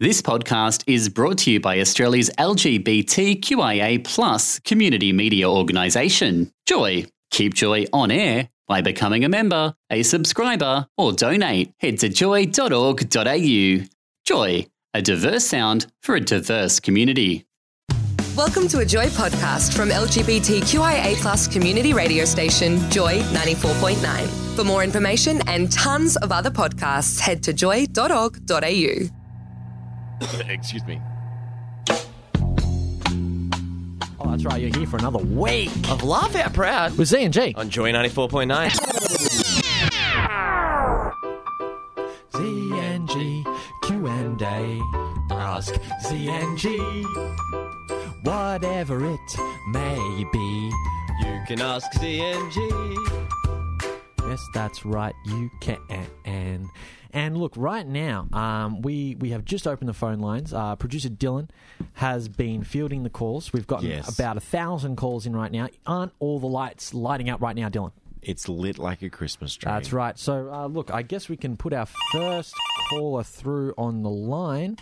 This podcast is brought to you by Australia's LGBTQIA plus community media organisation, Joy. Keep Joy on air by becoming a member, a subscriber, or donate. Head to joy.org.au. Joy, a diverse sound for a diverse community. Welcome to a Joy podcast from LGBTQIA plus community radio station Joy 94.9. For more information and tons of other podcasts, head to joy.org.au. Excuse me. Oh, that's right. You're here for another week Of Laugh Out Proud with Z and G. on Joy 94.9. Z and G Q and A. Ask Z and G. Whatever it may be. You can ask CNG. Yes, that's right. You can. And look, right now, um, we we have just opened the phone lines. Uh, Producer Dylan has been fielding the calls. We've gotten Yes. about a thousand calls in right now. Aren't all the lights lighting up right now, Dylan? It's lit like a Christmas tree. That's right. So, uh, look, I guess we can put our first caller through on the line.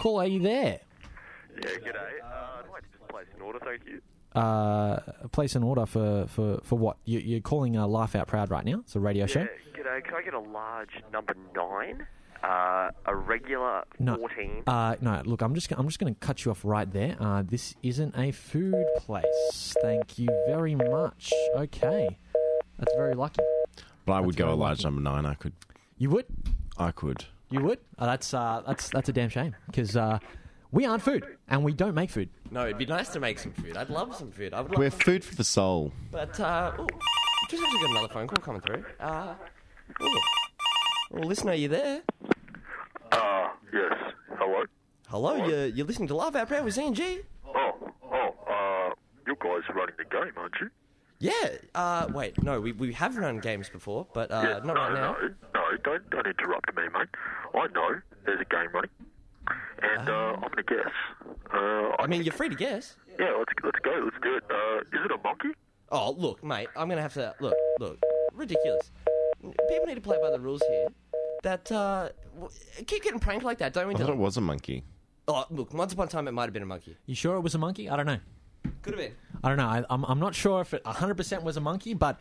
Caller, are you there? Yeah, g'day. Uh, I'd like to just place an order, thank you. Uh, place an order for, for, for what? You, you're calling uh, Laugh Out Proud right now. It's a radio show. Yeah, g'day. Can I get a large number nine? Uh, a regular No. 14? Uh, no, look, I'm just, I'm just going to cut you off right there. Uh, this isn't a food place. Thank you very much. Okay. That's very lucky. But I would what go a I'm large liking. number nine. I could. You would? I could. You would? Uh, that's, uh, that's, that's a damn shame because uh, we aren't food and we don't make food. No, it'd be nice to make some food. I'd love some food. I would love, We're food for the soul. but uh, ooh, just actually got another phone call coming through. Uh, ooh. well, listen, are you there? Uh, yes. Hello? Hello, you're, you're listening to Love Out Proud with ZNG. Oh, oh, uh, you guys are running the game, aren't you? Yeah. Uh, wait, no, we, we have run games before, but uh, not right now. no, no, don't, don't interrupt me, mate. I know there's a game running. And, uh, I'm going to guess. Uh, I, I mean, you're free to guess. yeah, let's, let's go, let's do it. Uh, is it a monkey? Oh, look, mate, I'm gonna have to look, look, ridiculous. People need to play by the rules here. That uh, w- keep getting pranked like that, don't we? I thought it Dylan? was a monkey. Oh, look, once upon a time it might have been a monkey. You sure it was a monkey? I don't know. Could have been. I don't know. I, I'm, I'm not sure if it 100% was a monkey, but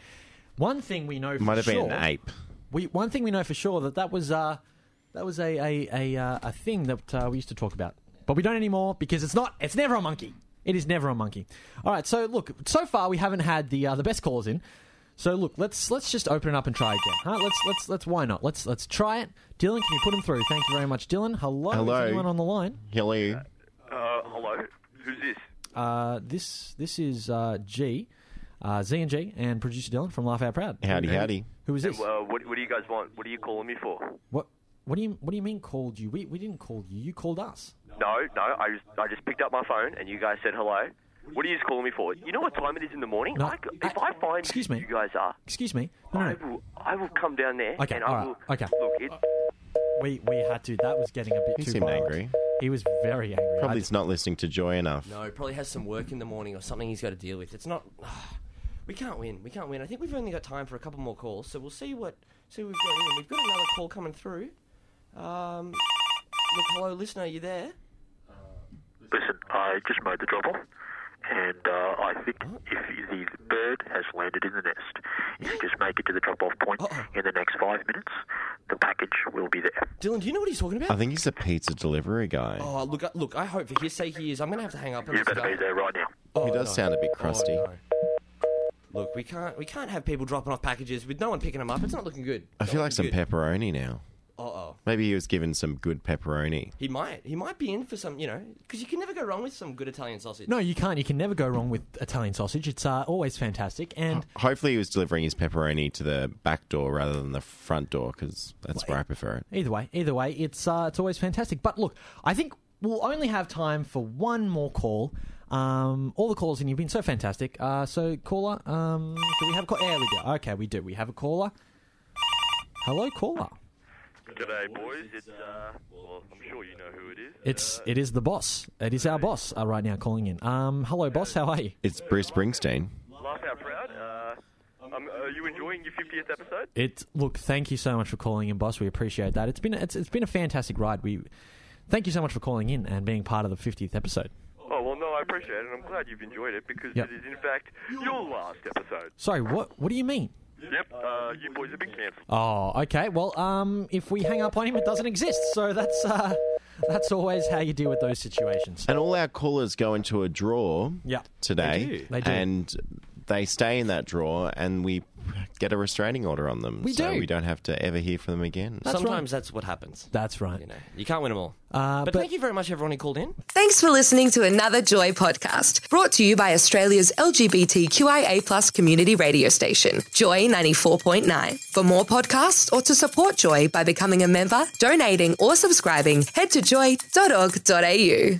one thing we know for Might have sure, been an ape. We, one thing we know for sure that that was uh, that was a a a, uh, a thing that uh, we used to talk about, but we don't anymore because it's not. It's never a monkey. It is never a monkey. All right. So look, so far we haven't had the uh, the best callers in. So look, let's let's just open it up and try again. Huh? Let's let's let's why not? Let's let's try it. Dylan, can you put him through? Thank you very much, Dylan. Hello. is Hello. anyone on the line? Hello. Uh, hello? Who's this? Uh, this this is uh, G, uh, Z and G, and producer Dylan from Laugh Out Proud. Howdy, howdy. Who is this? what, what do you guys want? What are you calling me for? What what do you what do you mean called you? We we didn't call you. You called us. No, no. I just, I just picked up my phone and you guys said hello. What are you calling me for? You know what time it is in the morning? No, I c if I- I find excuse me. you guys are, Excuse me. No, I no, will, I will come down there. Okay, and all I right, will, okay. Look, it, we we had to. That was getting a bit He too seemed violent. angry. He was very angry. I Probably he's not listening to Joy enough. No, he probably has some work in the morning or something he's got to deal with. It's not. ah, we can't win. We can't win. I think we've only got time for a couple more calls, so we'll see what see what we've got in. We've got another call coming through. Um, look, hello, listener, are you there? listen, I just made the drop off, and uh, I think if the bird has landed in the nest, if you just make it to the drop off point Uh-oh. in the next five minutes, the package will be there. Dylan, do you know what he's talking I about? think he's a pizza delivery guy. Oh, look, I- look, I hope for his sake he is. I'm going to have to hang up. on You this better guy. be there right now. Oh, He does no. sound a bit Oh, crusty. no. Look, we can't we can't have people dropping off packages with no one picking them up. It's not looking good. I feel like some pepperoni now. Uh oh. Maybe he was given some good pepperoni. He might. He might be in for some, you know, because you can never go wrong with some good Italian sausage. no, you can't. You can never go wrong with Italian sausage. It's uh, always fantastic. And Hopefully, he was delivering his pepperoni to the back door rather than the front door because that's where I prefer it. either way, either way, it's uh, it's always fantastic. But look, I think we'll only have time for one more call. Um, all the calls in, you've been so fantastic. Uh, so caller, um, do we have a call? There we go. Okay, we do. We have a caller. Hello, caller. G'day, boys. It's uh, well, I'm sure you know who it is. It's it is the boss. It is our boss uh, right now calling in. Um, hello, boss. How are you? It's Bruce Springsteen. Laugh Out Proud. Uh, um, are you enjoying your 50th episode? It look, thank you so much for calling in, boss. We appreciate that. It's been it's, it's been a fantastic ride. We Thank you so much for calling in and being part of the 50th episode. Oh, well, no, I appreciate it, and I'm glad you've enjoyed it because Yep. it is, in fact, your last episode. Sorry, what what do you mean? Yep, uh, you boys have been cancelled. Oh, okay. Well, um, if we hang up on him, it doesn't exist. So that's uh, that's always how you deal with those situations. And all our callers go into a draw Yeah. today. They do. They do. And they stay in that drawer and we get a restraining order on them. We so do. we don't have to ever hear from them again. Sometimes that's what happens. That's right. you know, you can't win them all. Uh, but but- thank you very much, everyone who called in. Thanks for listening to another Joy podcast brought to you by Australia's LGBTQIA plus community radio station, Joy 94.9. For more podcasts or to support Joy by becoming a member, donating or subscribing, head to joy.org.au.